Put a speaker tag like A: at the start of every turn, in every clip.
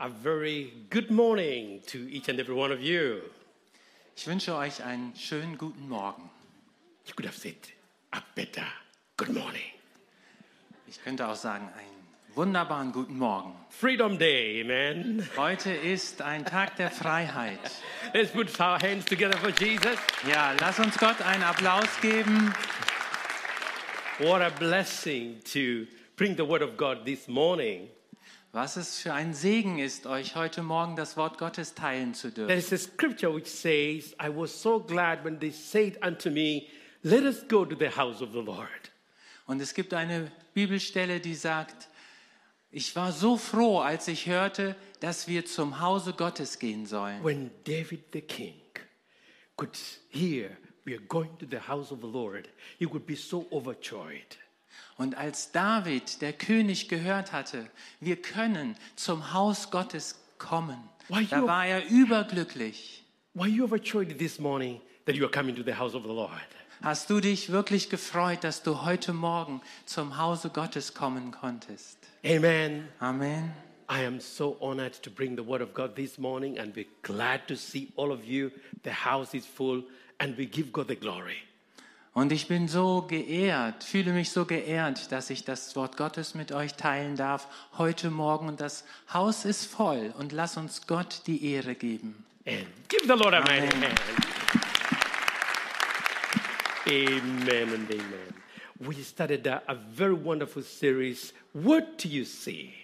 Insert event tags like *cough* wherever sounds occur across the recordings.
A: A very good morning to each and every one of you.
B: Ich wünsche euch einen schönen guten Morgen.
A: You could have said a better good morning.
B: Ich könnte auch sagen, einen wunderbaren guten Morgen.
A: Freedom Day, amen.
B: Heute ist ein Tag der Freiheit.
A: Let's put our hands together for Jesus.
B: Ja, lass uns Gott einen Applaus geben.
A: What a blessing to bring the word of God this morning.
B: Was es für ein Segen ist, euch heute Morgen das Wort Gottes teilen zu dürfen.
A: There's a scripture which says, I was so glad when they said unto me, Let us go to the house of the Lord.
B: Und es gibt eine Bibelstelle, die sagt, ich war so froh, als ich hörte, dass wir zum Hause Gottes gehen sollen.
A: When David the king could hear, We are going to the house of the Lord, he would be so overjoyed.
B: Und als David, der König, gehört hatte, wir können zum Haus Gottes kommen,
A: Why
B: da
A: you-
B: war er überglücklich.
A: Why are you overjoyed this morning that you are coming to the house of the Lord?
B: Hast du dich wirklich gefreut, dass du heute Morgen zum Hause Gottes kommen konntest?
A: Amen.
B: Amen.
A: I am so honored to bring the word of God this morning and we're glad to see all of you. The house is full and we give God the glory.
B: Und ich bin so geehrt, fühle mich so geehrt, dass ich das Wort Gottes mit euch teilen darf heute Morgen. Und das Haus ist voll und lass uns Gott die Ehre geben.
A: And give the Lord a mighty
B: Amen.
A: hand. Amen and amen. We started a, a very wonderful series. What do you see?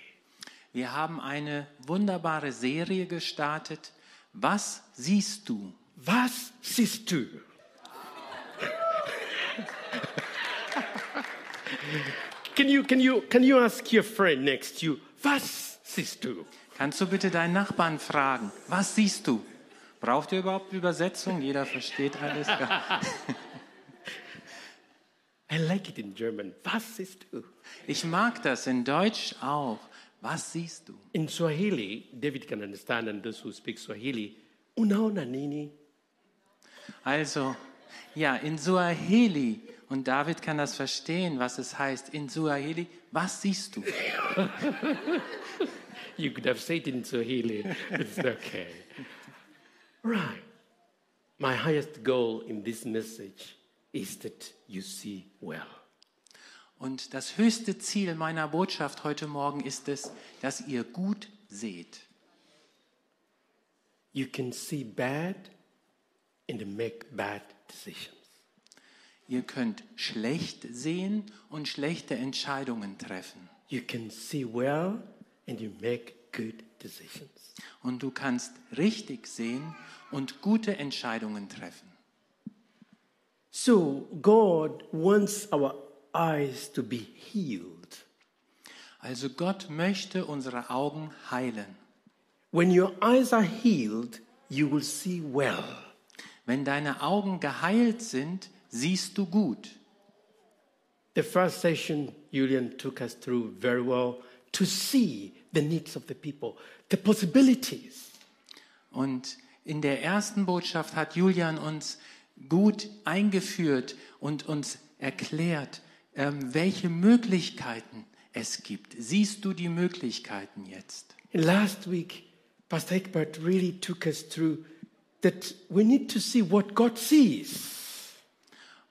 B: Wir haben eine wunderbare Serie gestartet. Was siehst du?
A: Verse 62. can you can you can you ask your friend next to you? Verse 62.
B: Kannst du bitte deinen Nachbarn fragen, was siehst du? Braucht ihr überhaupt Übersetzung? Jeder versteht alles. *laughs*
A: I like it in German. Was siehst du?
B: Ich mag das in Deutsch auch. Was siehst du?
A: In Swahili, David can understand, and those who speak Swahili, unaona nini?
B: Also, ja, in Suaheli, und David kann das verstehen, was es heißt, in Suaheli, was siehst du?
A: You could have said it in Swahili. It's okay. Right. My highest goal in this message is that you see well.
B: Und das höchste Ziel meiner Botschaft heute Morgen ist es, dass ihr gut seht.
A: You can see bad and make bad decisions.
B: Ihr könnt schlecht sehen und schlechte Entscheidungen treffen.
A: You can see well and you make good decisions.
B: Und du kannst richtig sehen und gute Entscheidungen treffen.
A: So, God wants our eyes to be healed.
B: Also Gott möchte unsere Augen heilen.
A: When your eyes are healed, you will see well.
B: Wenn deine Augen geheilt sind, siehst du gut.
A: The first session, Julian took us through very well to see the needs of the people, the possibilities.
B: Und in der ersten Botschaft hat Julian uns gut eingeführt und uns erklärt, ähm, welche Möglichkeiten es gibt. Siehst du die Möglichkeiten jetzt?
A: And last week, Pastor Egbert really took us through that we need to see what God sees.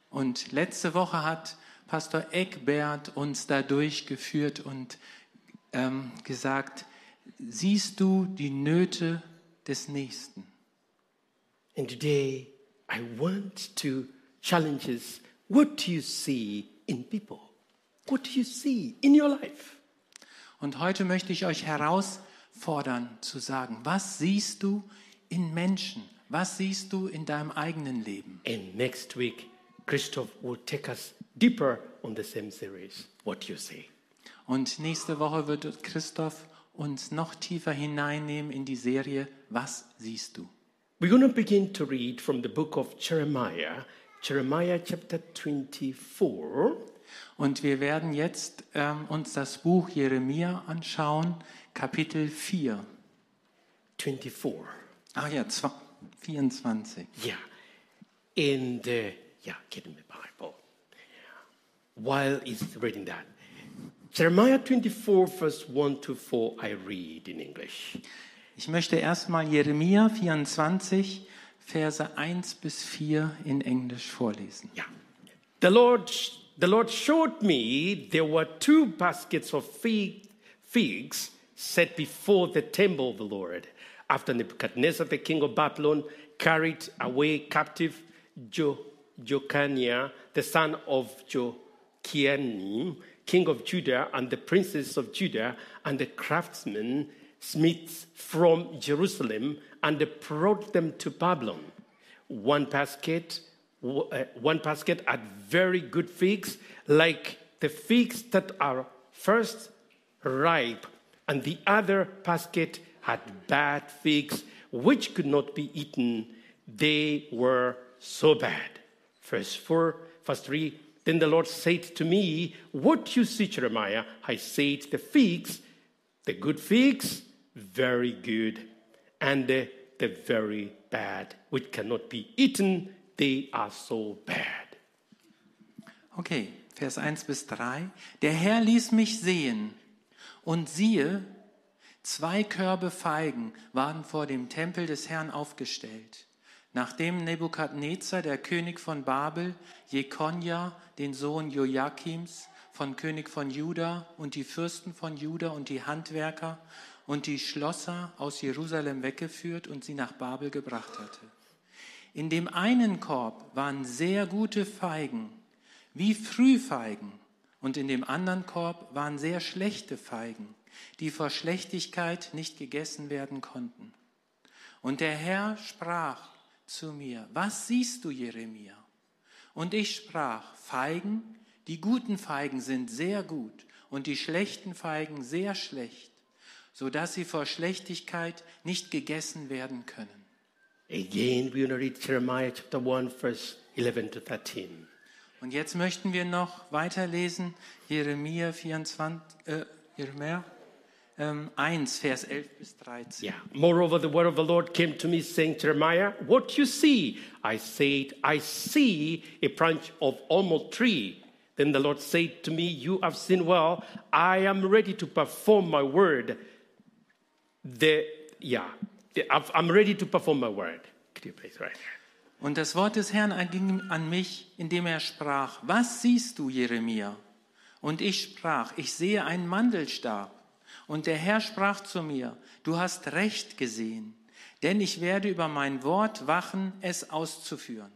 B: Und letzte Woche hat Pastor Eckbert uns da durchgeführt und ähm, gesagt, siehst du die Nöte des Nächsten?
A: And today, I want to challenge us what do you see in people? What do you see in your life?
B: Und heute möchte ich euch herausfordern zu sagen, was siehst du in Menschen? Was siehst du in deinem eigenen Leben?
A: And next week, Christoph will take us deeper on the same series what you see.
B: Und nächste Woche wird Christoph uns noch tiefer hineinnehmen in die Serie Was siehst du?
A: We're going to begin to read from the book of Jeremiah, Jeremiah chapter 24.
B: Und wir werden jetzt ähm, uns das Buch Jeremia anschauen, Kapitel 4.
A: 24.
B: Ah ja, zwa- 24.
A: Yeah. And uh, yeah, get in the Bible. While he's reading that, Jeremiah 24, verse 1 to 4, I read in English.
B: Ich möchte erstmal Jeremia 24, Verse 1 bis 4 in Englisch vorlesen.
A: Yeah. The Lord, the Lord showed me there were two baskets of fig, figs set before the temple of the Lord after Nebuchadnezzar, the king of Babylon, carried away captive jo, Jocania, the son of Jochianim, king of Judah, and the princes of Judah, and the craftsmen, smiths from Jerusalem, and they brought them to Babylon. One basket, w- uh, one basket had very good figs, like the figs that are first ripe, and the other basket had bad figs, which could not be eaten. They were so bad. Verse 4, verse 3 Then the Lord said to me, What you see, Jeremiah? I said, The figs, the good figs, very good, and the, the very bad, which cannot be eaten, they are so bad.
B: Okay, Vers 1 bis 3. Der Herr ließ mich sehen, und siehe, zwei Körbe Feigen waren vor dem Tempel des Herrn aufgestellt, nachdem Nebukadnezar, der König von Babel, Jekonja, den Sohn Joachims, von König von Juda und die Fürsten von Juda und die Handwerker und die Schlosser aus Jerusalem weggeführt und sie nach Babel gebracht hatte. In dem einen Korb waren sehr gute Feigen, wie Frühfeigen, und in dem anderen Korb waren sehr schlechte Feigen, die vor Schlechtigkeit nicht gegessen werden konnten. Und der Herr sprach zu mir, was siehst du, Jeremia? Und ich sprach, Feigen, die guten Feigen sind sehr gut und die schlechten Feigen sehr schlecht, so dass sie vor Schlechtigkeit nicht gegessen werden können.
A: Again, we're going to read Jeremiah chapter 1, verse 11 to 13.
B: Und jetzt möchten wir noch weiterlesen, Jeremia 24, äh, Jeremia, ähm, 1, Vers 11 bis 13.
A: Yeah. Moreover, the word of the Lord came to me, saying, Jeremiah, what you see? I said, I see a branch of almond tree. Then the Lord said to me, You have seen well. I am ready to perform my word. The yeah, the- I've- I'm ready to perform my word. Could you please write?
B: Und das Wort des Herrn erging an mich, indem er sprach, was siehst du, Jeremia? Und ich sprach, ich sehe einen Mandelstab. Und der Herr sprach zu mir, du hast recht gesehen, denn ich werde über mein Wort wachen, es auszuführen.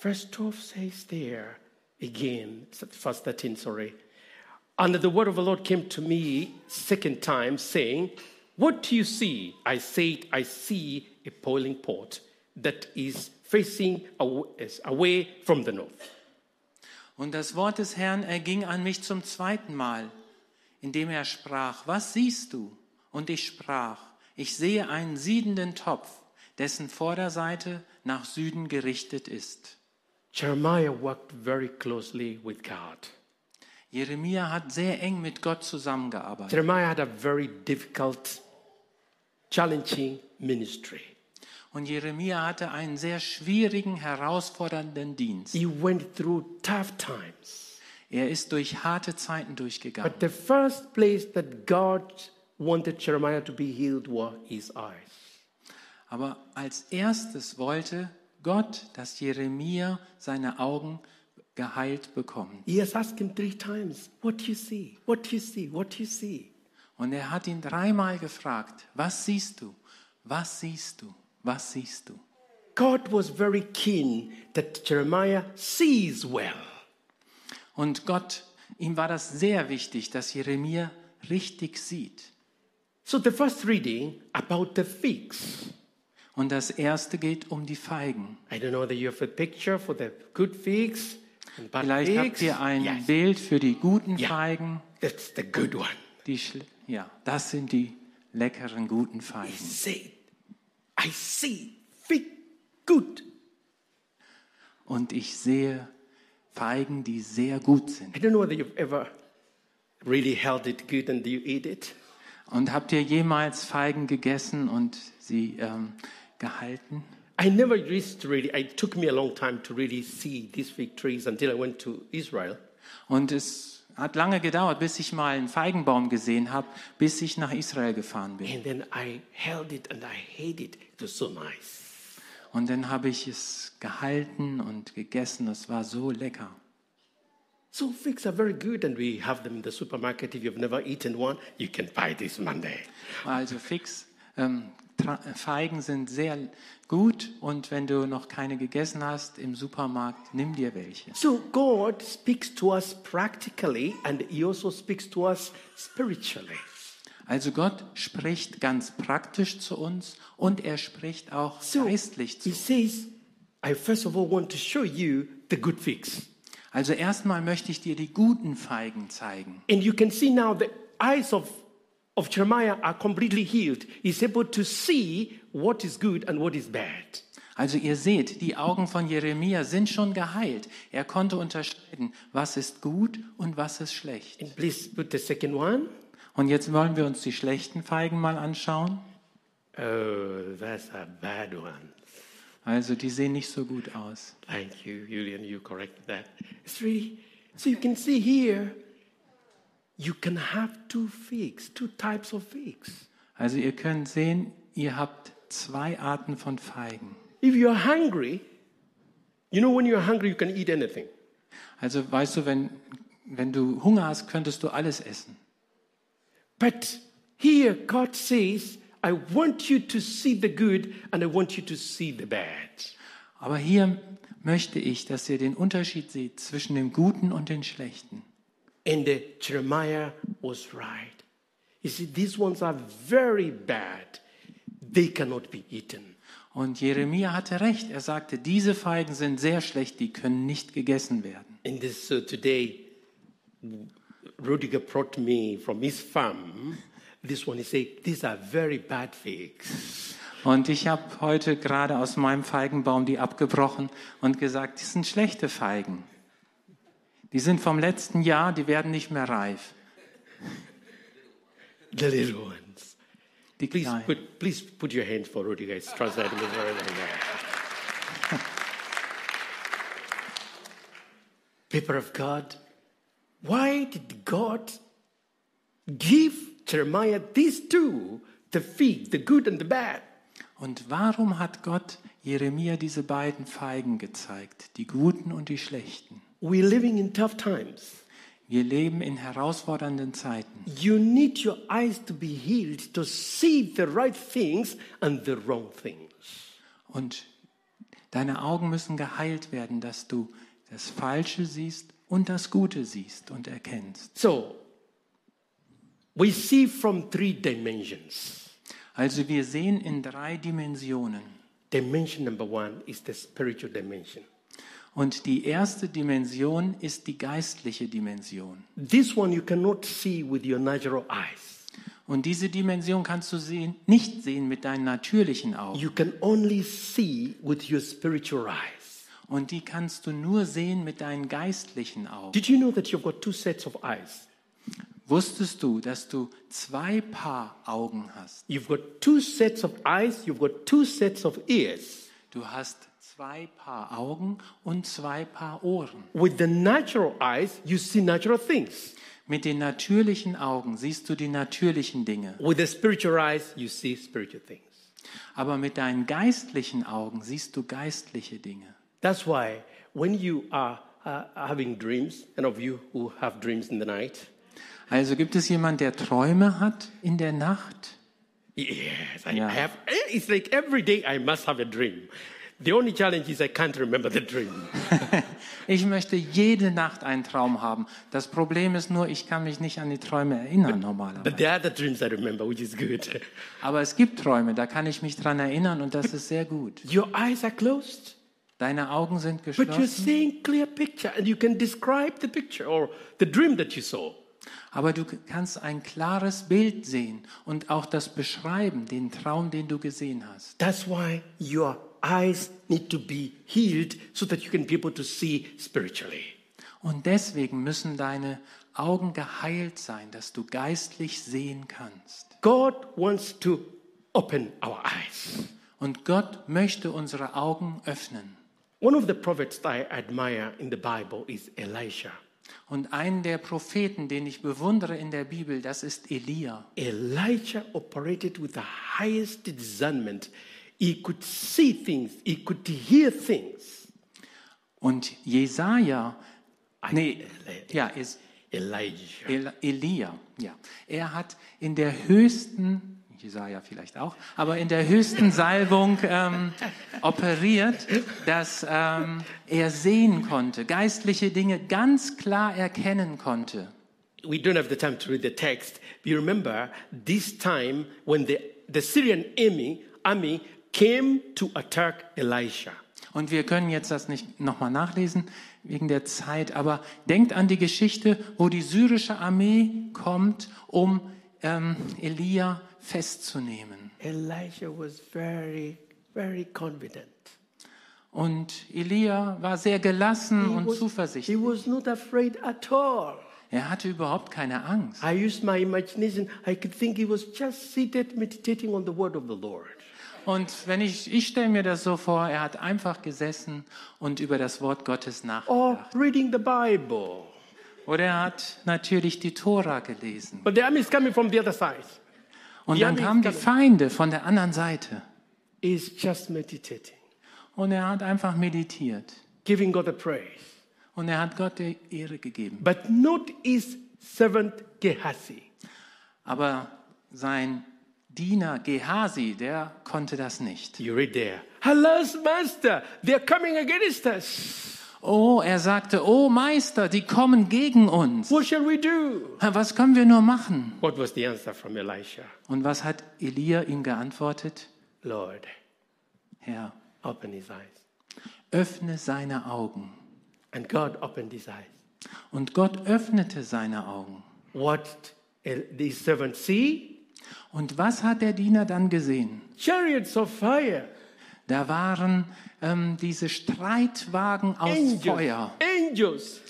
A: Verse 12 says there again, verse 13, sorry. And the word of the Lord came to me second time, saying, What do you see? I said, I see a boiling pot that is facing aw- is away from the north.
B: Und das Wort des Herrn erging an mich zum zweiten Mal, indem er sprach, was siehst du? Und ich sprach, ich sehe einen siedenden Topf, dessen Vorderseite nach Süden gerichtet ist.
A: Jeremiah worked very closely with God.
B: Jeremia hat sehr eng mit Gott zusammengearbeitet.
A: Jeremiah had a very difficult, challenging ministry.
B: Und Jeremia hatte einen sehr schwierigen, herausfordernden Dienst.
A: He went through tough times.
B: Er ist durch harte Zeiten durchgegangen.
A: But the first place that God wanted Jeremiah to be healed were his eyes.
B: Aber als erstes wollte Gott, dass Jeremia seine Augen geheilt bekommen.
A: He has asked him three times, What do you see? What do you see? What do you see?
B: Und er hat ihn dreimal gefragt, was siehst du? Was siehst du? Was siehst du?
A: God was very keen that Jeremiah sees well.
B: Und Gott, ihm war das sehr wichtig, dass Jeremia richtig sieht.
A: So the first reading about the figs.
B: Und das erste geht um die Feigen.
A: I don't know whether you have a picture for the good figs and bad
B: Vielleicht habt
A: figs.
B: ihr ein
A: Yes,
B: Bild für die guten
A: Ja.
B: Feigen.
A: that's the good one.
B: Die schl- ja, das sind die leckeren guten Feigen.
A: See, I see fig good.
B: Und ich sehe Feigen, die sehr gut
A: I
B: sind.
A: don't know whether you've ever really held it good and you eat it.
B: Und habt ihr jemals Feigen gegessen und sie ähm, gehalten?
A: I never used to really, it took me a long time to really see these fig trees until I went to Israel.
B: Und es Hat lange gedauert, bis ich mal einen Feigenbaum gesehen habe, bis ich nach Israel gefahren bin.
A: And then I held it and I ate it. It was so nice.
B: Und dann habe ich es gehalten und gegessen. Es war so lecker.
A: So figs are very good, and we have them in the supermarket. If you've never eaten one, you can buy this Monday.
B: Also fix. Ähm, Tra- Feigen sind sehr gut und wenn du noch keine gegessen hast im Supermarkt, nimm dir welche.
A: So God speaks to us practically, and He also speaks to us spiritually.
B: Also Gott spricht ganz praktisch zu uns und er spricht auch
A: So
B: geistlich zu
A: He says, "I first of all want to show you the good figs,
B: Also erstmal möchte ich dir die guten Feigen zeigen.
A: and you can see now the eyes of." Of Jeremiah are completely healed. He's able to see what is good and what is bad.
B: Also ihr seht, die Augen von Jeremia sind schon geheilt. Er konnte unterscheiden, was ist gut und was ist schlecht.
A: And please put the second one.
B: Und jetzt wollen wir uns die schlechten Feigen mal anschauen.
A: Oh, that's a bad one.
B: Also die sehen nicht so gut aus.
A: Thank you, Julian. You corrected that. Three. So you can see here, you can have two figs, two types of figs.
B: Also ihr könnt sehen, ihr habt zwei Arten von Feigen.
A: If you're hungry, you know when you're hungry, you can eat anything.
B: Also weißt du, wenn, wenn du Hunger hast, könntest du alles essen.
A: But here, God says, I want you to see the good and I want you to see the bad.
B: Aber hier möchte ich, dass ihr den Unterschied seht zwischen dem Guten und dem Schlechten.
A: And uh, Jeremiah was right. You see, these ones are very bad, they cannot be eaten.
B: Und Jeremia hatte recht. Er sagte, diese Feigen sind sehr schlecht, die können nicht gegessen werden.
A: And this, so today, Rudiger brought me from his farm. This one, he said, these are very bad figs.
B: Und ich habe heute gerade aus meinem Feigenbaum die abgebrochen und gesagt, das sind schlechte Feigen. Die sind vom letzten Jahr, die werden nicht mehr reif.
A: The little ones.
B: Die
A: Please
B: kleinen.
A: put, please put your hand for Rudiger. It's translating it very well. now. *laughs* People of God, why did God give Jeremiah these two, the fig, the good and the bad?
B: Und warum hat Gott Jeremia diese beiden Feigen gezeigt, die guten und die schlechten?
A: We're living in tough times.
B: Wir leben in herausfordernden Zeiten.
A: You need your eyes to be healed to see the right things and the wrong things.
B: Und deine Augen müssen geheilt werden, dass du das Falsche siehst und das Gute siehst und erkennst.
A: So, we see from three dimensions.
B: Also wir sehen in drei Dimensionen.
A: Dimension number one is the spiritual dimension.
B: Und die erste Dimension ist die geistliche Dimension.
A: This one you cannot see with your natural eyes.
B: Und diese Dimension kannst du sehen, nicht sehen mit deinen natürlichen Augen.
A: You can only see with your spiritual eyes.
B: Und die kannst du nur sehen mit deinen geistlichen Augen.
A: Did you know that you've got two sets of eyes?
B: Wusstest du, dass du zwei Paar Augen hast?
A: You've got two sets of eyes, you've got two sets of ears.
B: Du hast zwei Paar Augen und zwei Paar Ohren.
A: With the natural eyes, you see natural things.
B: Mit den natürlichen Augen siehst du die natürlichen Dinge,
A: With the spiritual eyes, you see spiritual things.
B: aber mit deinen geistlichen Augen siehst du geistliche Dinge.
A: That's why when you are uh, having dreams, and of you who have dreams in the night,
B: Also gibt es jemand, der Träume hat in der Nacht?
A: yes, I
B: Yeah.
A: have. eh, It's like every day I must have a dream. The only challenge is I can't remember the dream.
B: Ich möchte jede Nacht einen Traum haben. Das Problem ist nur, ich kann mich nicht an die Träume erinnern
A: But
B: normalerweise.
A: there are other dreams I remember, which is good. *laughs*
B: Aber es gibt Träume, da kann ich mich dran erinnern und das ist sehr gut.
A: Your eyes are closed,
B: Deine Augen sind
A: but you're
B: geschlossen,
A: seeing clear picture, and you can describe the picture or the dream that you saw.
B: aber du kannst ein klares Bild sehen und auch das beschreiben, den Traum, den du gesehen hast.
A: That's why your eyes need to be healed so that you can be able to see spiritually.
B: Und deswegen müssen deine Augen geheilt sein, dass du geistlich sehen kannst.
A: God wants to open our eyes.
B: Und Gott möchte unsere Augen öffnen.
A: One of the prophets I admire in the Bible is Elisha.
B: Und einen der Propheten, den ich bewundere in der Bibel, das ist Elia.
A: Elijah operated with the highest discernment. He could see things, he could hear things.
B: Und Jesaja, nee, ja, ist
A: Elijah.
B: El Elia, ja. Er hat in der höchsten, Jesaja vielleicht auch, aber in der höchsten Salbung ähm, operiert, dass ähm, er sehen konnte, geistliche Dinge ganz klar erkennen konnte.
A: We don't have the time to read the text. You remember this time when the, the Syrian army, army came to attack Elisha.
B: Und wir können jetzt das nicht nochmal nachlesen wegen der Zeit, aber denkt an die Geschichte, wo die syrische Armee kommt, um ähm, Elia festzunehmen.
A: Elijah was very, very confident.
B: Und Elia war sehr gelassen und
A: He
B: zuversichtlich.
A: was not afraid at all.
B: Er hatte überhaupt keine Angst.
A: I used my imagination. I could think he was just seated meditating on the word of the Lord.
B: Und wenn ich, ich stelle mir das so vor, er hat einfach gesessen und über das Wort Gottes
A: Or
B: nachgedacht.
A: reading the Bible.
B: Oder er hat natürlich die Tora gelesen.
A: But the army is coming from the other side.
B: Und
A: Ja,
B: dann
A: nee,
B: kamen die
A: kann ich-
B: Feinde von der anderen Seite.
A: He's just meditating,
B: Und er hat einfach meditiert.
A: giving God the praise.
B: Und er hat Gott die Ehre gegeben.
A: But not his servant Gehazi.
B: Aber sein Diener Gehasi, der konnte das nicht.
A: You read there. Alas, master, they're coming against us.
B: Oh, er sagte, oh Meister, die kommen gegen uns.
A: What shall we do?
B: Was können wir nur machen?
A: What was the answer from Elisha?
B: Und was hat Elia ihm geantwortet?
A: Lord,
B: Herr,
A: open his eyes.
B: öffne seine Augen.
A: And God opened his eyes.
B: Und Gott öffnete seine Augen.
A: What did his servant see?
B: Und was hat der Diener dann gesehen?
A: Chariots of fire.
B: Da waren ähm, diese Streitwagen aus
A: Angels.
B: Feuer,
A: Angels.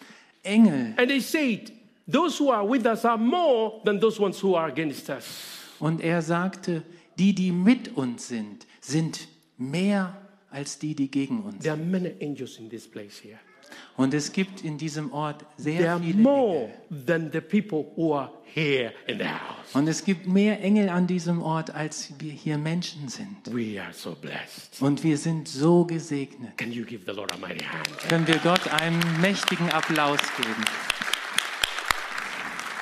B: Engel.
A: And they said, Those who are with us are more than those ones who are against us.
B: Und er sagte, die, die mit uns sind, sind mehr als die, die gegen uns sind.
A: There are many angels in this place here.
B: Und es gibt in diesem Ort
A: There
B: sehr
A: are
B: viele Engel.
A: more than the people who are here in the house.
B: Und es gibt mehr Engel an diesem Ort, als wir hier Menschen sind.
A: We are so blessed.
B: Und wir sind so gesegnet.
A: Can you give the Lord a mighty hand?
B: Können wir Gott einen mächtigen Applaus geben.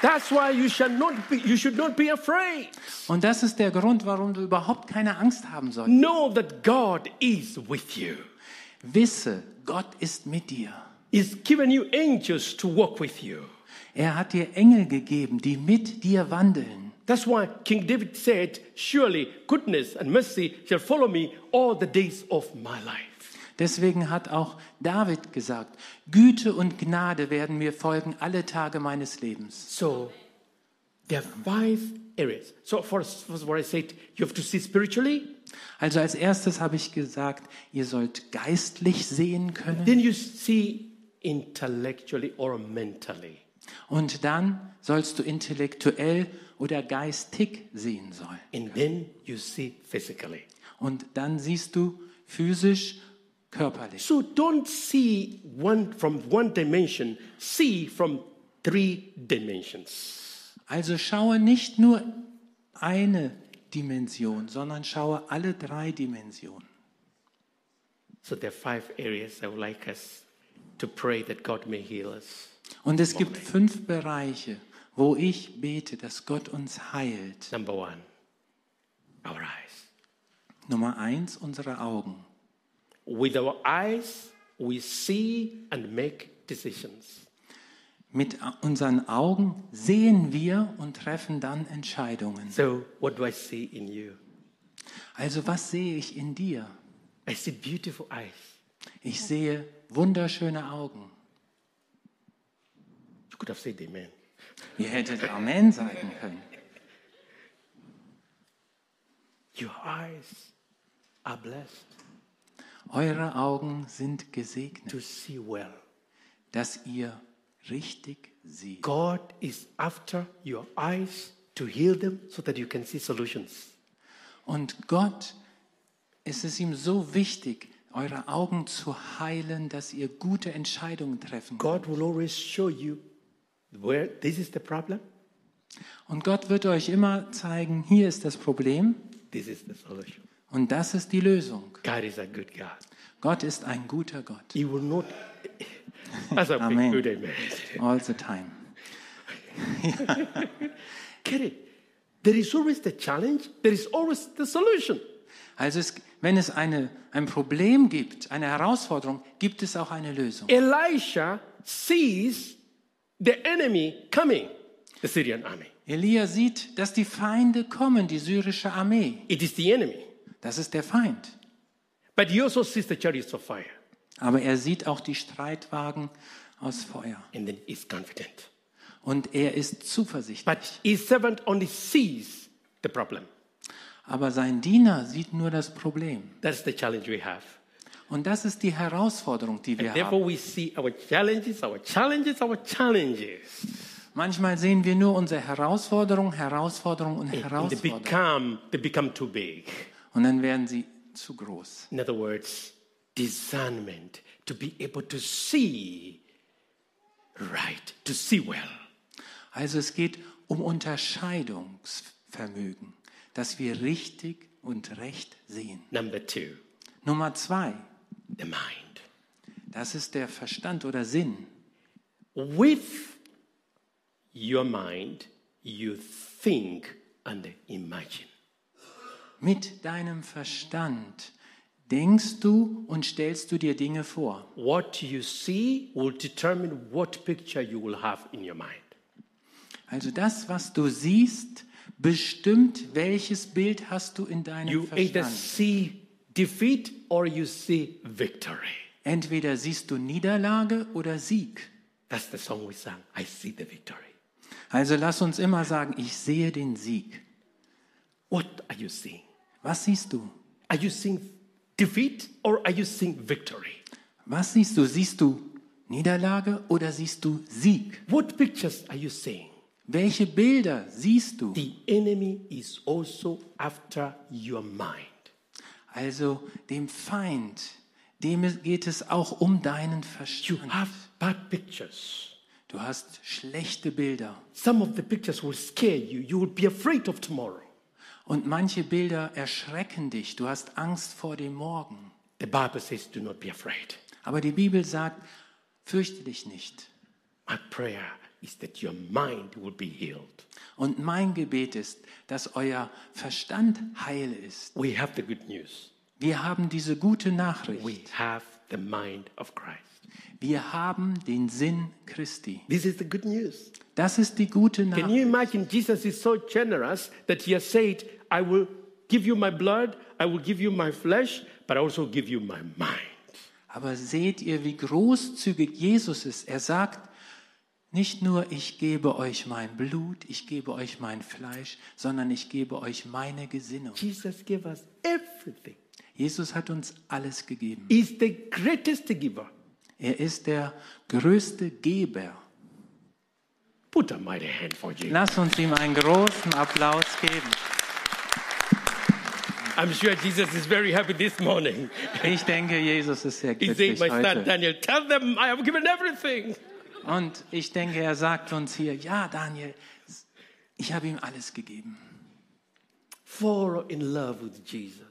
A: That's why you shall not be, you should not be afraid.
B: Und das ist der Grund, warum du überhaupt keine Angst haben sollst.
A: Know that God is with you.
B: Wisse, Gott ist mit dir.
A: He's given you angels to walk with you.
B: Er hat dir Engel gegeben, die mit dir wandeln.
A: That's why King David said, Surely goodness and mercy shall follow me all the days of my life.
B: Deswegen hat auch David gesagt, Güte und Gnade werden mir folgen alle Tage meines Lebens.
A: So there are five areas. So first, first of all, I said you have to see spiritually,
B: Also als erstes habe ich gesagt, ihr sollt geistlich sehen können.
A: then you see intellectually or mentally.
B: Und dann sollst du intellektuell oder geistig sehen sollen.
A: And then you see physically.
B: Und dann siehst du physisch, körperlich.
A: So don't see one from one dimension, see from three dimensions.
B: Also schaue nicht nur eine Dimension, sondern schaue alle drei Dimensionen.
A: So there are five areas I would like us to pray that God may heal us.
B: Und es gibt fünf Bereiche, wo ich bete, dass Gott uns heilt.
A: Number one, our eyes.
B: Nummer eins, unsere Augen.
A: With our eyes, we see and make decisions.
B: Mit unseren Augen sehen wir und treffen dann Entscheidungen.
A: So, what do I see in you?
B: Also was sehe ich in dir?
A: I see beautiful eyes.
B: Ich sehe wunderschöne Augen.
A: You could have said amen.
B: Ihr hättet Amen sagen können.
A: Your eyes are blessed
B: Eure Augen sind gesegnet,
A: to see well.
B: dass ihr richtig seht.
A: God is after your eyes to heal them so that you can see solutions.
B: Und Gott, es ist ihm so wichtig, eure Augen zu heilen, dass ihr gute Entscheidungen treffen könnt.
A: God will always show you where this is the problem,
B: Und Gott wird euch immer zeigen, hier ist das Problem
A: this is the solution.
B: und das ist die Lösung.
A: God is a good God.
B: Gott ist ein guter Gott.
A: He will not. *laughs* That's a big
B: Amen.
A: good amen.
B: All the time.
A: Get it? There is always the challenge. There is always the solution.
B: Also es, wenn es eine, ein Problem gibt, eine Herausforderung, gibt es auch eine Lösung.
A: Elisha sees the enemy coming, the Syrian army.
B: Elia sieht, dass die Feinde kommen, die syrische Armee.
A: It is the enemy,
B: Das ist der Feind.
A: but he also sees the chariots of fire,
B: Aber er sieht auch die Streitwagen aus Feuer.
A: and then he's confident.
B: Und er ist zuversichtlich.
A: But his servant only sees the problem.
B: Aber sein Diener sieht nur das Problem.
A: That's the challenge we have.
B: Und das ist die Herausforderung, die wir haben.
A: Therefore, we see our challenges, our challenges, our challenges,
B: Manchmal sehen wir nur unsere Herausforderung, Herausforderung und
A: and they
B: Herausforderung.
A: become they become too big.
B: Und dann werden sie zu groß.
A: In other words, discernment to be able to see right, to see well.
B: Also es geht um Unterscheidungsvermögen, dass wir richtig und recht sehen.
A: Number two,
B: Nummer zwei,
A: the mind.
B: das ist der Verstand oder Sinn.
A: With your mind, you think and imagine.
B: Mit deinem Verstand denkst du und stellst du dir Dinge vor.
A: What you see will determine what picture you will have in your mind.
B: Also das, was du siehst, bestimmt, welches Bild hast du in deinem
A: You either
B: Verstand.
A: see defeat or you see victory.
B: Entweder siehst du Niederlage oder Sieg.
A: That's the song we sang. I see the victory.
B: Also lass uns immer sagen, ich sehe den Sieg.
A: What are you seeing?
B: Was siehst du?
A: Are you seeing defeat or are you seeing victory?
B: Was siehst du? Siehst du Niederlage oder siehst du Sieg?
A: What pictures are you seeing?
B: Welche Bilder siehst du?
A: The enemy is also after your mind.
B: Also dem Feind, dem geht es auch um deinen
A: You
B: Verstand.
A: have bad pictures.
B: Du hast schlechte Bilder
A: Some of the pictures will scare you. You will be afraid of tomorrow.
B: und manche Bilder erschrecken dich. Du hast Angst vor dem Morgen.
A: The Bible says, do not be afraid.
B: Aber die Bibel sagt, fürchte dich nicht.
A: My prayer is that your mind will be healed.
B: Und mein Gebet ist, dass euer Verstand heil ist.
A: We have the good news.
B: Wir haben diese gute
A: We
B: Nachricht.
A: have the mind of Christ.
B: Wir haben den Sinn Christi.
A: This is the good news.
B: Das ist die gute
A: Can
B: Nachricht.
A: you imagine Jesus is so generous that he has said, I will give you my blood, I will give you my flesh, but I also give you my mind.
B: Aber seht ihr, wie großzügig Jesus ist. Er sagt nicht nur, ich gebe euch mein Blut, ich gebe euch mein Fleisch, sondern ich gebe euch meine Gesinnung.
A: Jesus gave us everything.
B: Jesus hat uns alles gegeben.
A: He's the greatest giver.
B: Er ist der größte Geber.
A: Put a mighty hand for Jesus.
B: Lass uns ihm einen großen Applaus geben.
A: I'm sure Jesus is very happy this morning.
B: Ich denke, Jesus ist sehr
A: He's saying,
B: glücklich
A: my son
B: heute.
A: Daniel, tell them I have given everything.
B: Und ich denke, er sagt uns hier, ja, Daniel, ich habe ihm alles gegeben.
A: Fall in love with Jesus.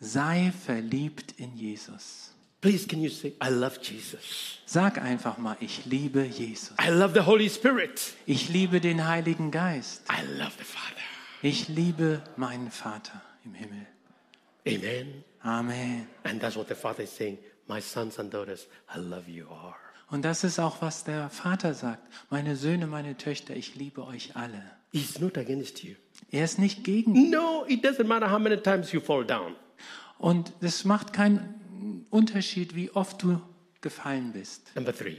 B: Sei verliebt in Jesus.
A: Please, can you say, I love Jesus?
B: Sag einfach mal, ich liebe Jesus.
A: I love the Holy Spirit.
B: Ich liebe den Heiligen Geist.
A: I love the Father.
B: Ich liebe meinen Vater im Himmel.
A: Amen.
B: Amen.
A: And that's what the Father is saying. My sons and daughters, I love you all.
B: Und das ist auch, was der Vater sagt. Meine Söhne, meine Töchter, ich liebe euch alle.
A: He's not against you.
B: Er ist nicht gegen.
A: No, it doesn't matter how many times you fall down.
B: Und es macht keinen Unterschied, wie oft du gefallen bist.
A: Number three,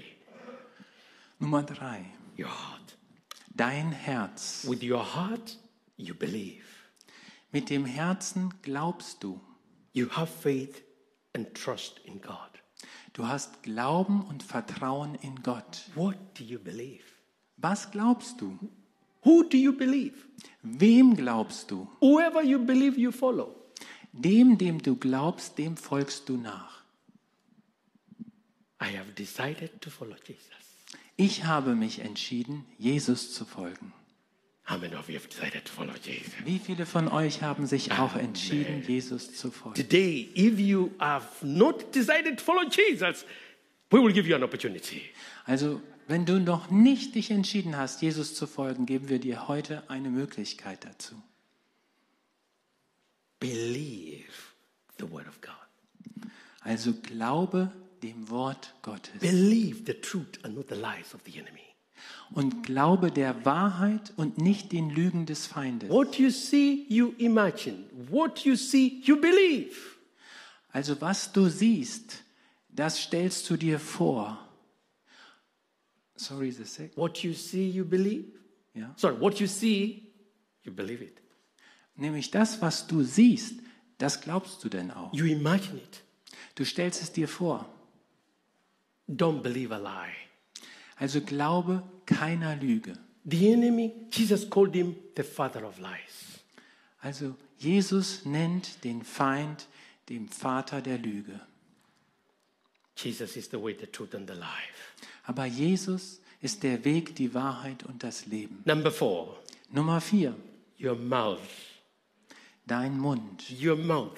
B: Nummer drei.
A: your heart.
B: Dein Herz.
A: With your heart, you believe.
B: Mit dem Herzen glaubst du.
A: You have faith and trust in God.
B: Du hast Glauben und Vertrauen in Gott.
A: What do you believe?
B: Was glaubst du?
A: Who do you believe?
B: Wem glaubst du?
A: Whoever you believe, you follow.
B: Dem, dem du glaubst, dem folgst du nach.
A: I have decided to follow Jesus.
B: Ich habe mich entschieden, Jesus zu folgen.
A: How many of you have decided to follow Jesus?
B: Wie viele von euch haben sich auch entschieden, Jesus zu folgen?
A: Today, if you have not decided to follow Jesus, we will give you an opportunity.
B: Also, wenn du noch nicht dich entschieden hast, Jesus zu folgen, geben wir dir heute eine Möglichkeit dazu.
A: Believe the word of God.
B: Also glaube dem Wort Gottes
A: Believe the truth and not the lies of the enemy.
B: und glaube der Wahrheit und nicht den Lügen des Feindes.
A: What you see, you imagine. What you see, you believe.
B: Also was du siehst, das stellst du dir vor. Sorry, the sec.
A: What you see, you believe.
B: Ja.
A: Sorry, what you see, you believe it.
B: Nämlich das, was du siehst, das glaubst du denn auch.
A: You imagine it.
B: Du stellst es dir vor.
A: Don't believe a lie.
B: Also glaube keiner Lüge.
A: The enemy, Jesus called him the father of lies.
B: Also Jesus nennt den Feind dem Vater der Lüge.
A: Jesus is the way, the truth, and the life.
B: Aber Jesus ist der Weg, die Wahrheit und das Leben.
A: Number four,
B: Nummer vier,
A: your mouth.
B: dein Mund.
A: Your mouth.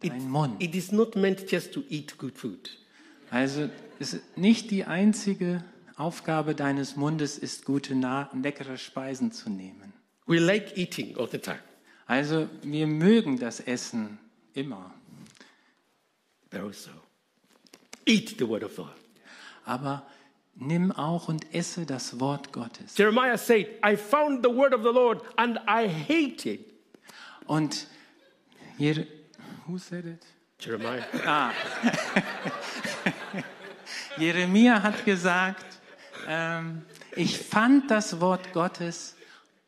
B: Dein Mund.
A: It is not meant just to eat good food.
B: Also es ist nicht die einzige Aufgabe deines Mundes ist, gute, Na leckere Speisen zu nehmen.
A: We like eating all the time.
B: Also wir mögen das Essen immer.
A: But also, eat the word of God.
B: Aber nimm auch und esse das Wort Gottes.
A: Jeremiah said, I found the word of the Lord and I hate it.
B: Und hier, who said it?
A: Jeremiah. *laughs*
B: Jeremia hat gesagt, ähm, ich fand das Wort Gottes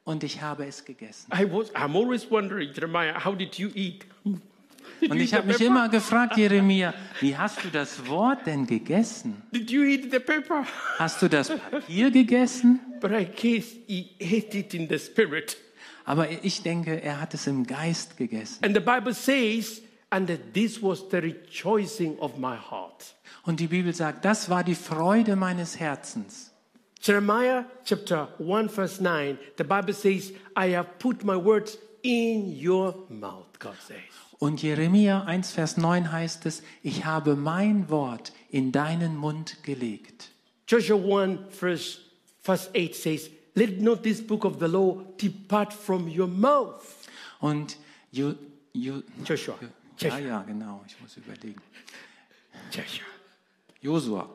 B: und ich habe es gegessen.
A: I was, I'm always wondering, Jeremiah, how did you eat? *laughs* Did
B: Und
A: you
B: ich
A: eat
B: habe
A: the
B: mich
A: pepper?
B: immer gefragt, Jeremia, wie hast du das Wort denn gegessen?
A: Did you eat the paper? *laughs*
B: Hast du das Papier gegessen?
A: But I guess he ate it in the spirit.
B: Aber ich denke, er hat es im Geist gegessen.
A: And the Bible says, and that this was the rejoicing of my heart.
B: Und die Bibel sagt, das war die Freude meines Herzens.
A: Jeremiah chapter 1, verse 9, the Bible says, I have put my words in your mouth, God says.
B: Und Jeremia 1, Vers 9 heißt es, ich habe mein Wort in deinen Mund gelegt.
A: Joshua 1, verse, verse 8 says, Let not this book of the law depart from your mouth.
B: Und Jo- Jo-
A: Joshua.
B: ja,
A: Joshua.
B: ja, genau, ich muss überlegen.
A: Joshua.
B: Josua.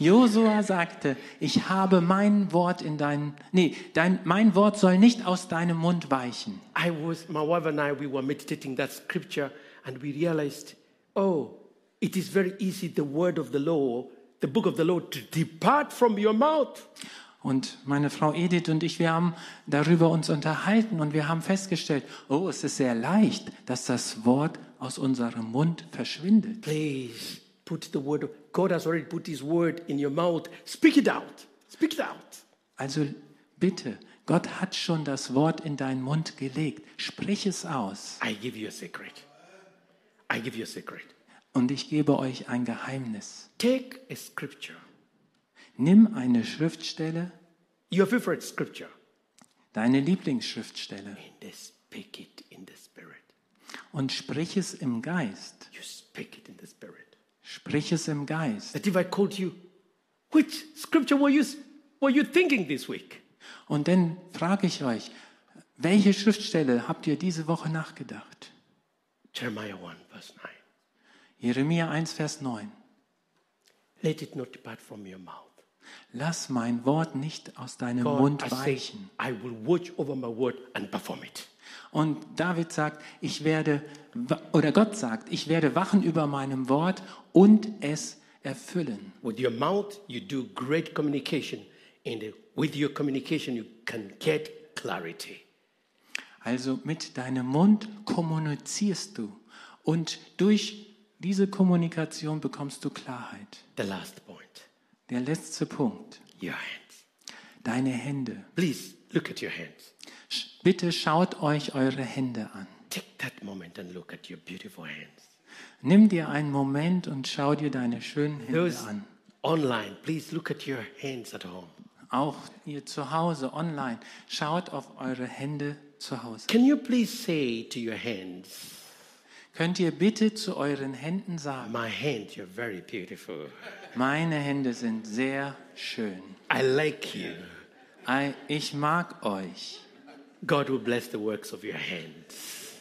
B: Josua sagte, ich habe mein Wort in deinen, nee, dein, mein Wort soll nicht aus deinem Mund weichen.
A: I was, my wife and I, we were meditating that scripture and we realized, oh, it is very easy, the word of the law, the book of the law, to depart from your mouth.
B: Und meine Frau Edith und ich, wir haben darüber uns unterhalten und wir haben festgestellt, oh, es ist sehr leicht, dass das Wort aus unserem Mund verschwindet.
A: Please put the word, of- God has already put his word in your mouth. Speak it out. Speak it out.
B: Also bitte, Gott hat schon das Wort in deinen Mund gelegt. Sprich es aus.
A: I give you a secret. I give you a secret.
B: Und ich gebe euch ein Geheimnis.
A: Take a scripture,
B: Nimm eine Schriftstelle,
A: your favorite scripture,
B: deine Lieblingsschriftstelle,
A: and then speak it in the spirit.
B: und sprich es im Geist.
A: You speak it in the spirit.
B: Sprich es im Geist.
A: That if I called you, which scripture were you, were you thinking this week?
B: Und dann frage ich euch, welche Schriftstelle habt ihr diese Woche nachgedacht?
A: Jeremiah 1, verse 9.
B: Jeremia 1, Vers 9.
A: Let it not depart from your mouth.
B: Lass mein Wort nicht aus deinem
A: God,
B: Mund
A: I, say,
B: weichen.
A: I will watch over my word and perform it.
B: Und David sagt, ich werde, wa- oder Gott sagt, ich werde wachen über meinem Wort und es erfüllen.
A: With your mouth, you do great communication, and uh, with your communication, you can get clarity.
B: Also mit deinem Mund kommunizierst du und durch diese Kommunikation bekommst du Klarheit.
A: The last point
B: Der letzte Punkt,
A: your hands.
B: deine Hände.
A: Please look at your hands.
B: Sch- Bitte schaut euch eure Hände an.
A: Take that moment and look at your beautiful hands.
B: Nimm dir einen Moment und schau dir deine schönen Hände
A: Those
B: an.
A: online, please look at your hands at home.
B: Auch ihr zu Hause, online. Schaut auf eure Hände zu Hause.
A: Can you please say to your hands,
B: Könnt ihr bitte zu euren Händen sagen,
A: My hands, you're very beautiful.
B: meine Hände sind sehr schön.
A: I like you.
B: Ei, Ich mag euch.
A: God will bless the works of your hands.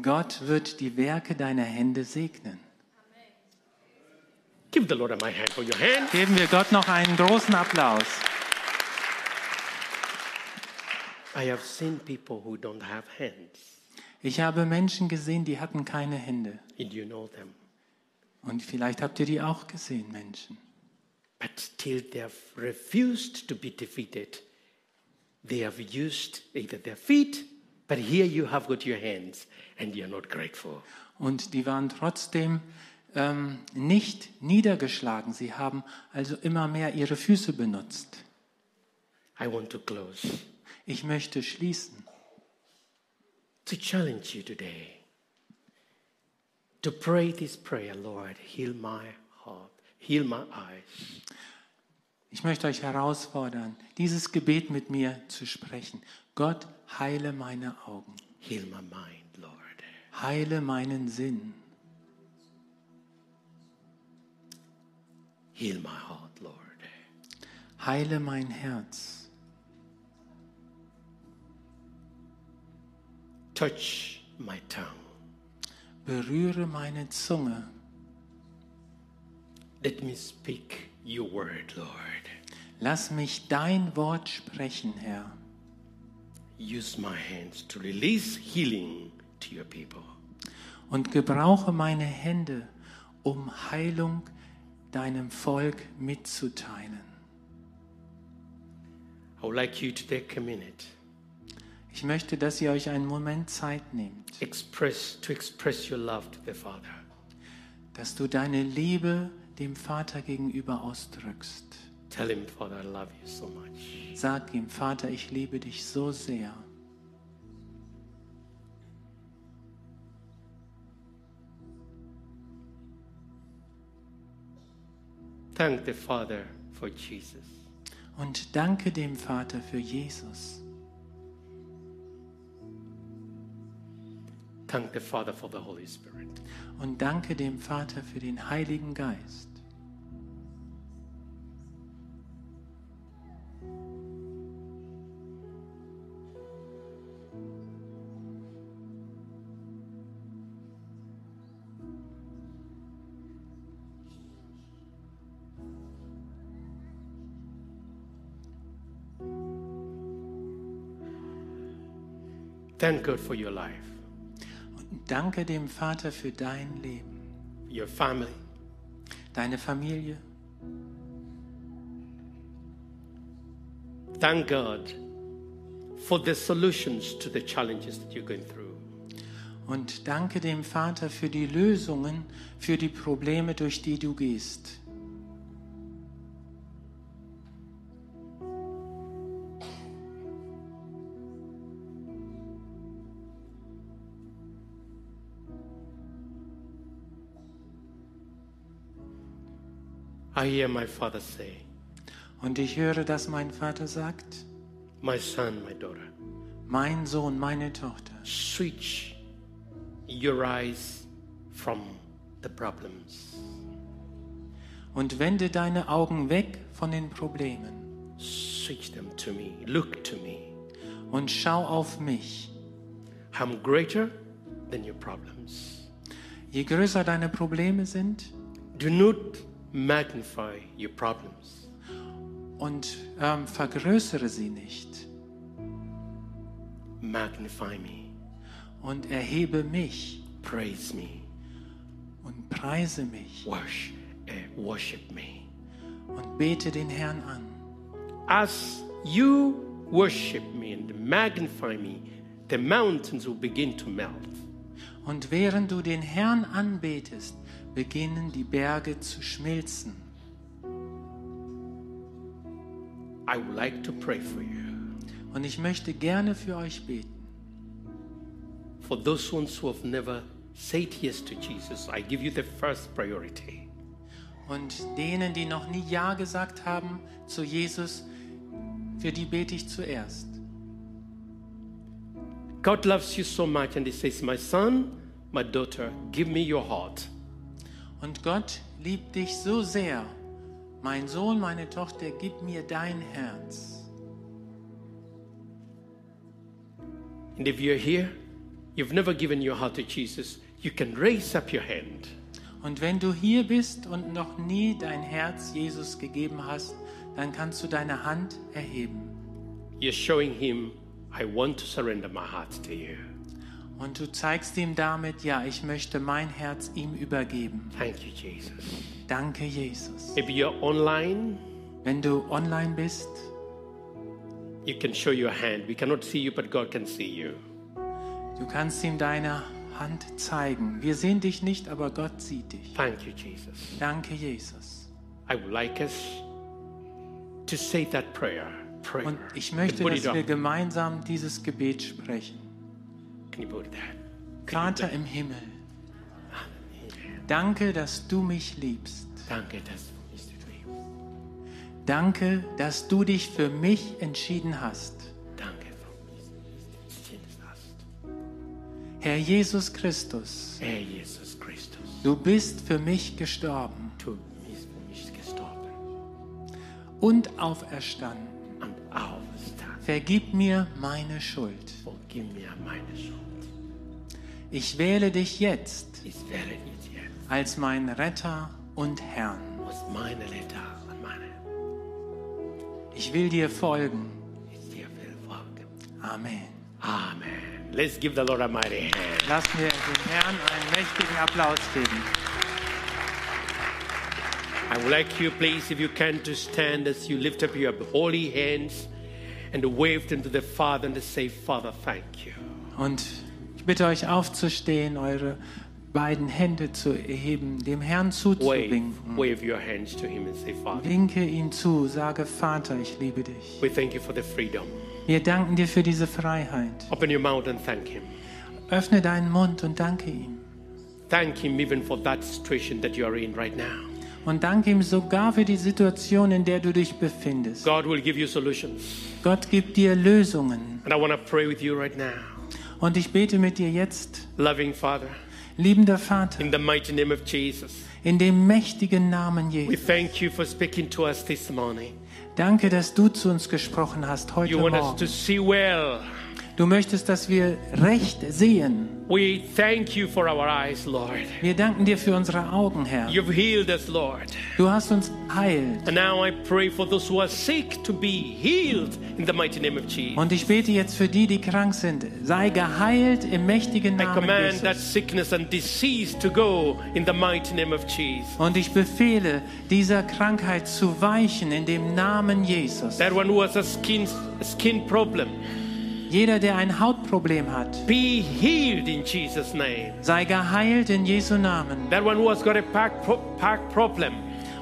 B: Gott wird die Werke deiner Hände segnen.
A: Give the Lord a my hand for your hand.
B: Geben wir Gott noch einen großen Applaus.
A: I have seen people who don't have hands,
B: Ich habe Menschen gesehen, die hatten keine Hände.
A: and you know them,
B: Und vielleicht habt ihr die auch gesehen, Menschen.
A: but still they have refused to be defeated. They have used either their feet, but here you have got your hands, and you're not grateful.
B: Und die waren trotzdem ähm, nicht niedergeschlagen. Sie haben also immer mehr ihre Füße benutzt.
A: I want to close
B: Ich möchte schließen.
A: to challenge you today to pray this prayer, Lord, heal my heart, heal my eyes.
B: Ich möchte euch herausfordern, dieses Gebet mit mir zu sprechen. Gott, heile meine Augen,
A: Heal my mind, Lord.
B: heile meinen Sinn,
A: Heal my heart, Lord.
B: heile mein Herz,
A: Touch my tongue.
B: berühre meine Zunge,
A: Let me speak your word, Lord.
B: lass mich dein Wort sprechen, Herr.
A: Use my hands to release healing to your people.
B: und gebrauche meine Hände, um Heilung deinem Volk mitzuteilen.
A: I would like you to take a minute
B: Ich möchte, dass ihr euch einen Moment Zeit nehmt,
A: express to express your love to the Father.
B: dass du deine Liebe dem Vater gegenüber ausdrückst.
A: Tell him, Father, I love you so much.
B: Sag ihm, Vater, ich liebe dich so sehr.
A: Thank the Father for Jesus.
B: Und danke dem Vater für Jesus.
A: Thank the Father for the Holy Spirit.
B: Und danke dem Vater für den Heiligen Geist.
A: Thank God for your life,
B: Und danke dem Vater für dein Leben,
A: your family,
B: deine Familie.
A: Thank God for the solutions to the challenges that you're going through.
B: Und danke dem Vater für die Lösungen, für die Probleme, durch die du gehst.
A: I hear my Father say,
B: Und ich höre, dass mein Vater sagt,
A: My son, my daughter,
B: mein Sohn, meine Tochter,
A: switch your eyes from the problems,
B: und wende deine Augen weg von den Problemen
A: switch them to me, look to me.
B: und schau auf mich.
A: I'm greater than your problems.
B: Je größer deine Probleme sind
A: Do not magnify your problems,
B: und ähm, vergrößere sie nicht
A: magnify me,
B: und erhebe mich
A: praise me,
B: und preise mich
A: worship, eh, worship me.
B: und bete den Herrn an.
A: As you worship me and magnify me, the mountains will begin to melt.
B: Und während du den Herrn anbetest, beginnen die Berge zu schmilzen.
A: I would like to pray for you.
B: Und ich möchte gerne für euch beten.
A: For those ones who have never said yes to Jesus, I give you the first priority.
B: Und denen, die noch nie Ja gesagt haben zu Jesus, für die bete ich zuerst.
A: God loves you so much, and He says, My son, my daughter, give me your heart.
B: Und Gott liebt dich so sehr. Mein Sohn, meine Tochter, gib mir dein Herz.
A: And if you're here, you've never given your heart to Jesus, you can raise up your hand.
B: Und wenn du hier bist und noch nie dein Herz Jesus gegeben hast, dann kannst du deine Hand erheben
A: You're showing Him, I want to surrender my heart to you.
B: und du zeigst ihm damit, ja, ich möchte mein Herz ihm übergeben.
A: Thank you, Jesus.
B: Danke, Jesus.
A: Maybe you're online,
B: Wenn du online bist,
A: you can show your hand. We cannot see you, but God can see you.
B: du kannst ihm deine Hand zeigen. Wir sehen dich nicht, aber Gott sieht dich.
A: Thank you, Jesus.
B: Danke, Jesus.
A: I would like us to say that prayer. Prayer.
B: Und ich
A: You
B: möchte,
A: can put
B: dass
A: it up.
B: wir gemeinsam dieses Gebet sprechen.
A: Can you put that?
B: Vater im Himmel, danke, dass du mich liebst.
A: Danke, dass du mich liebst.
B: Danke, dass du dich für mich entschieden hast.
A: Danke, dass du mich liebst. hast.
B: Herr Jesus Christus,
A: Herr Jesus Christus,
B: du bist für mich gestorben
A: du bist für mich gestorben
B: und auferstanden.
A: und auferstanden.
B: Vergib mir meine Schuld.
A: Vergib mir meine Schuld.
B: Ich wähle dich jetzt
A: Ich werde dich jetzt
B: als mein Retter und Herrn.
A: aus meine Letter an meine
B: Ich will dir folgen.
A: ich dir will folgen.
B: Amen.
A: Amen. Let's give the Lord a mighty hand.
B: Lassen wir dem Herrn einen mächtigen Applaus geben.
A: I would like you, please, if you can, to stand as you lift up your holy hands and wave them to the Father and say, Father, thank you.
B: Und ich bitte euch aufzustehen, eure beiden Hände zu erheben, dem Herrn
A: Wave,
B: zuzuwinken.
A: wave your hands to Him and say, Father,
B: Winke ihm zu, sage Vater, ich liebe dich.
A: we thank you for the freedom.
B: Wir danken dir für diese Freiheit.
A: Open your mouth and thank Him.
B: Öffne deinen Mund und danke ihm.
A: Thank Him even for that situation that you are in right now.
B: Und danke ihm sogar für die Situation, in der du dich befindest.
A: God will give you solutions.
B: Gott gibt dir Lösungen.
A: And I want to pray with you right now.
B: Und ich bete mit dir jetzt,
A: Loving Father,
B: liebender Vater,
A: in the mighty name of Jesus,
B: in dem mächtigen Namen
A: we
B: Jesu.
A: thank you for speaking to us this morning.
B: Danke, dass du zu uns gesprochen hast heute
A: You want us to
B: Morgen.
A: see well.
B: Du möchtest, dass wir recht sehen.
A: We thank you for our eyes, Lord.
B: Wir danken dir für unsere Augen, Herr.
A: You've healed us, Lord.
B: Du hast uns heilt.
A: And now I pray for those who are sick to be healed in the mighty name of Jesus.
B: Und ich bete jetzt für die, die krank sind. Sei geheilt im mächtigen
A: I
B: Namen
A: command
B: Jesu.
A: that sickness and disease to go in the mighty name of Jesus.
B: Und ich befehle, dieser Krankheit zu weichen in dem Namen Jesus.
A: That one who has a skin skin problem,
B: Jeder, der ein Hautproblem hat,
A: be healed in Jesus' name.
B: sei geheilt in Jesu Namen.
A: That one who has got a back, pro- back problem,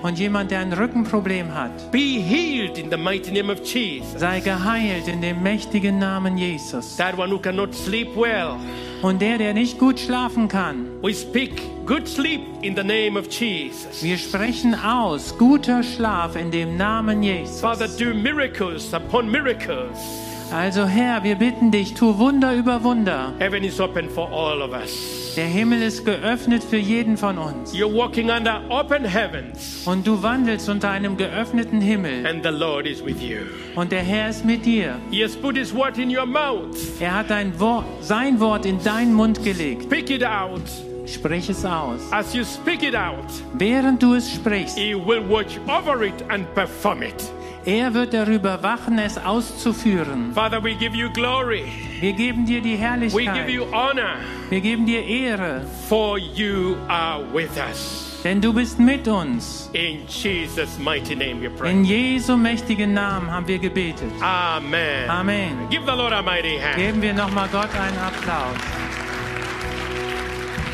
B: Und jemand, der ein Rückenproblem hat,
A: be healed in the mighty name of Jesus.
B: sei geheilt in dem mächtigen Namen Jesus.
A: That one who cannot sleep well,
B: Und der, der nicht gut schlafen kann,
A: we speak good sleep in the name of Jesus.
B: wir sprechen aus guter Schlaf in dem Namen
A: Father,
B: Jesus.
A: do miracles upon miracles.
B: Also Herr, wir bitten dich, tu Wunder über Wunder.
A: Heaven is open for all of us.
B: Der Himmel ist geöffnet für jeden von uns.
A: You're walking under open heavens,
B: Und du wandelst unter einem geöffneten Himmel.
A: and the Lord is with you.
B: Und der Herr ist mit dir.
A: He has put His word in your mouth.
B: Er hat dein Wort, sein Wort in deinen Mund gelegt.
A: Pick it out.
B: Sprich es aus.
A: As you speak it out,
B: Während du es sprichst,
A: He will watch over it and perform it.
B: er wird darüber wachen, es auszuführen.
A: Father, we give you glory.
B: Wir geben dir die
A: We give
B: Herrlichkeit.
A: you honor,
B: Wir geben dir Ehre,
A: for you are with us.
B: denn du bist mit uns.
A: In Jesus' mighty name we pray.
B: In Jesu mächtigen Namen haben wir gebetet.
A: Amen.
B: Amen.
A: Give the Lord a mighty hand.
B: Geben wir nochmal Gott einen Applaus.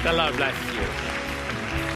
A: The Lord bless you.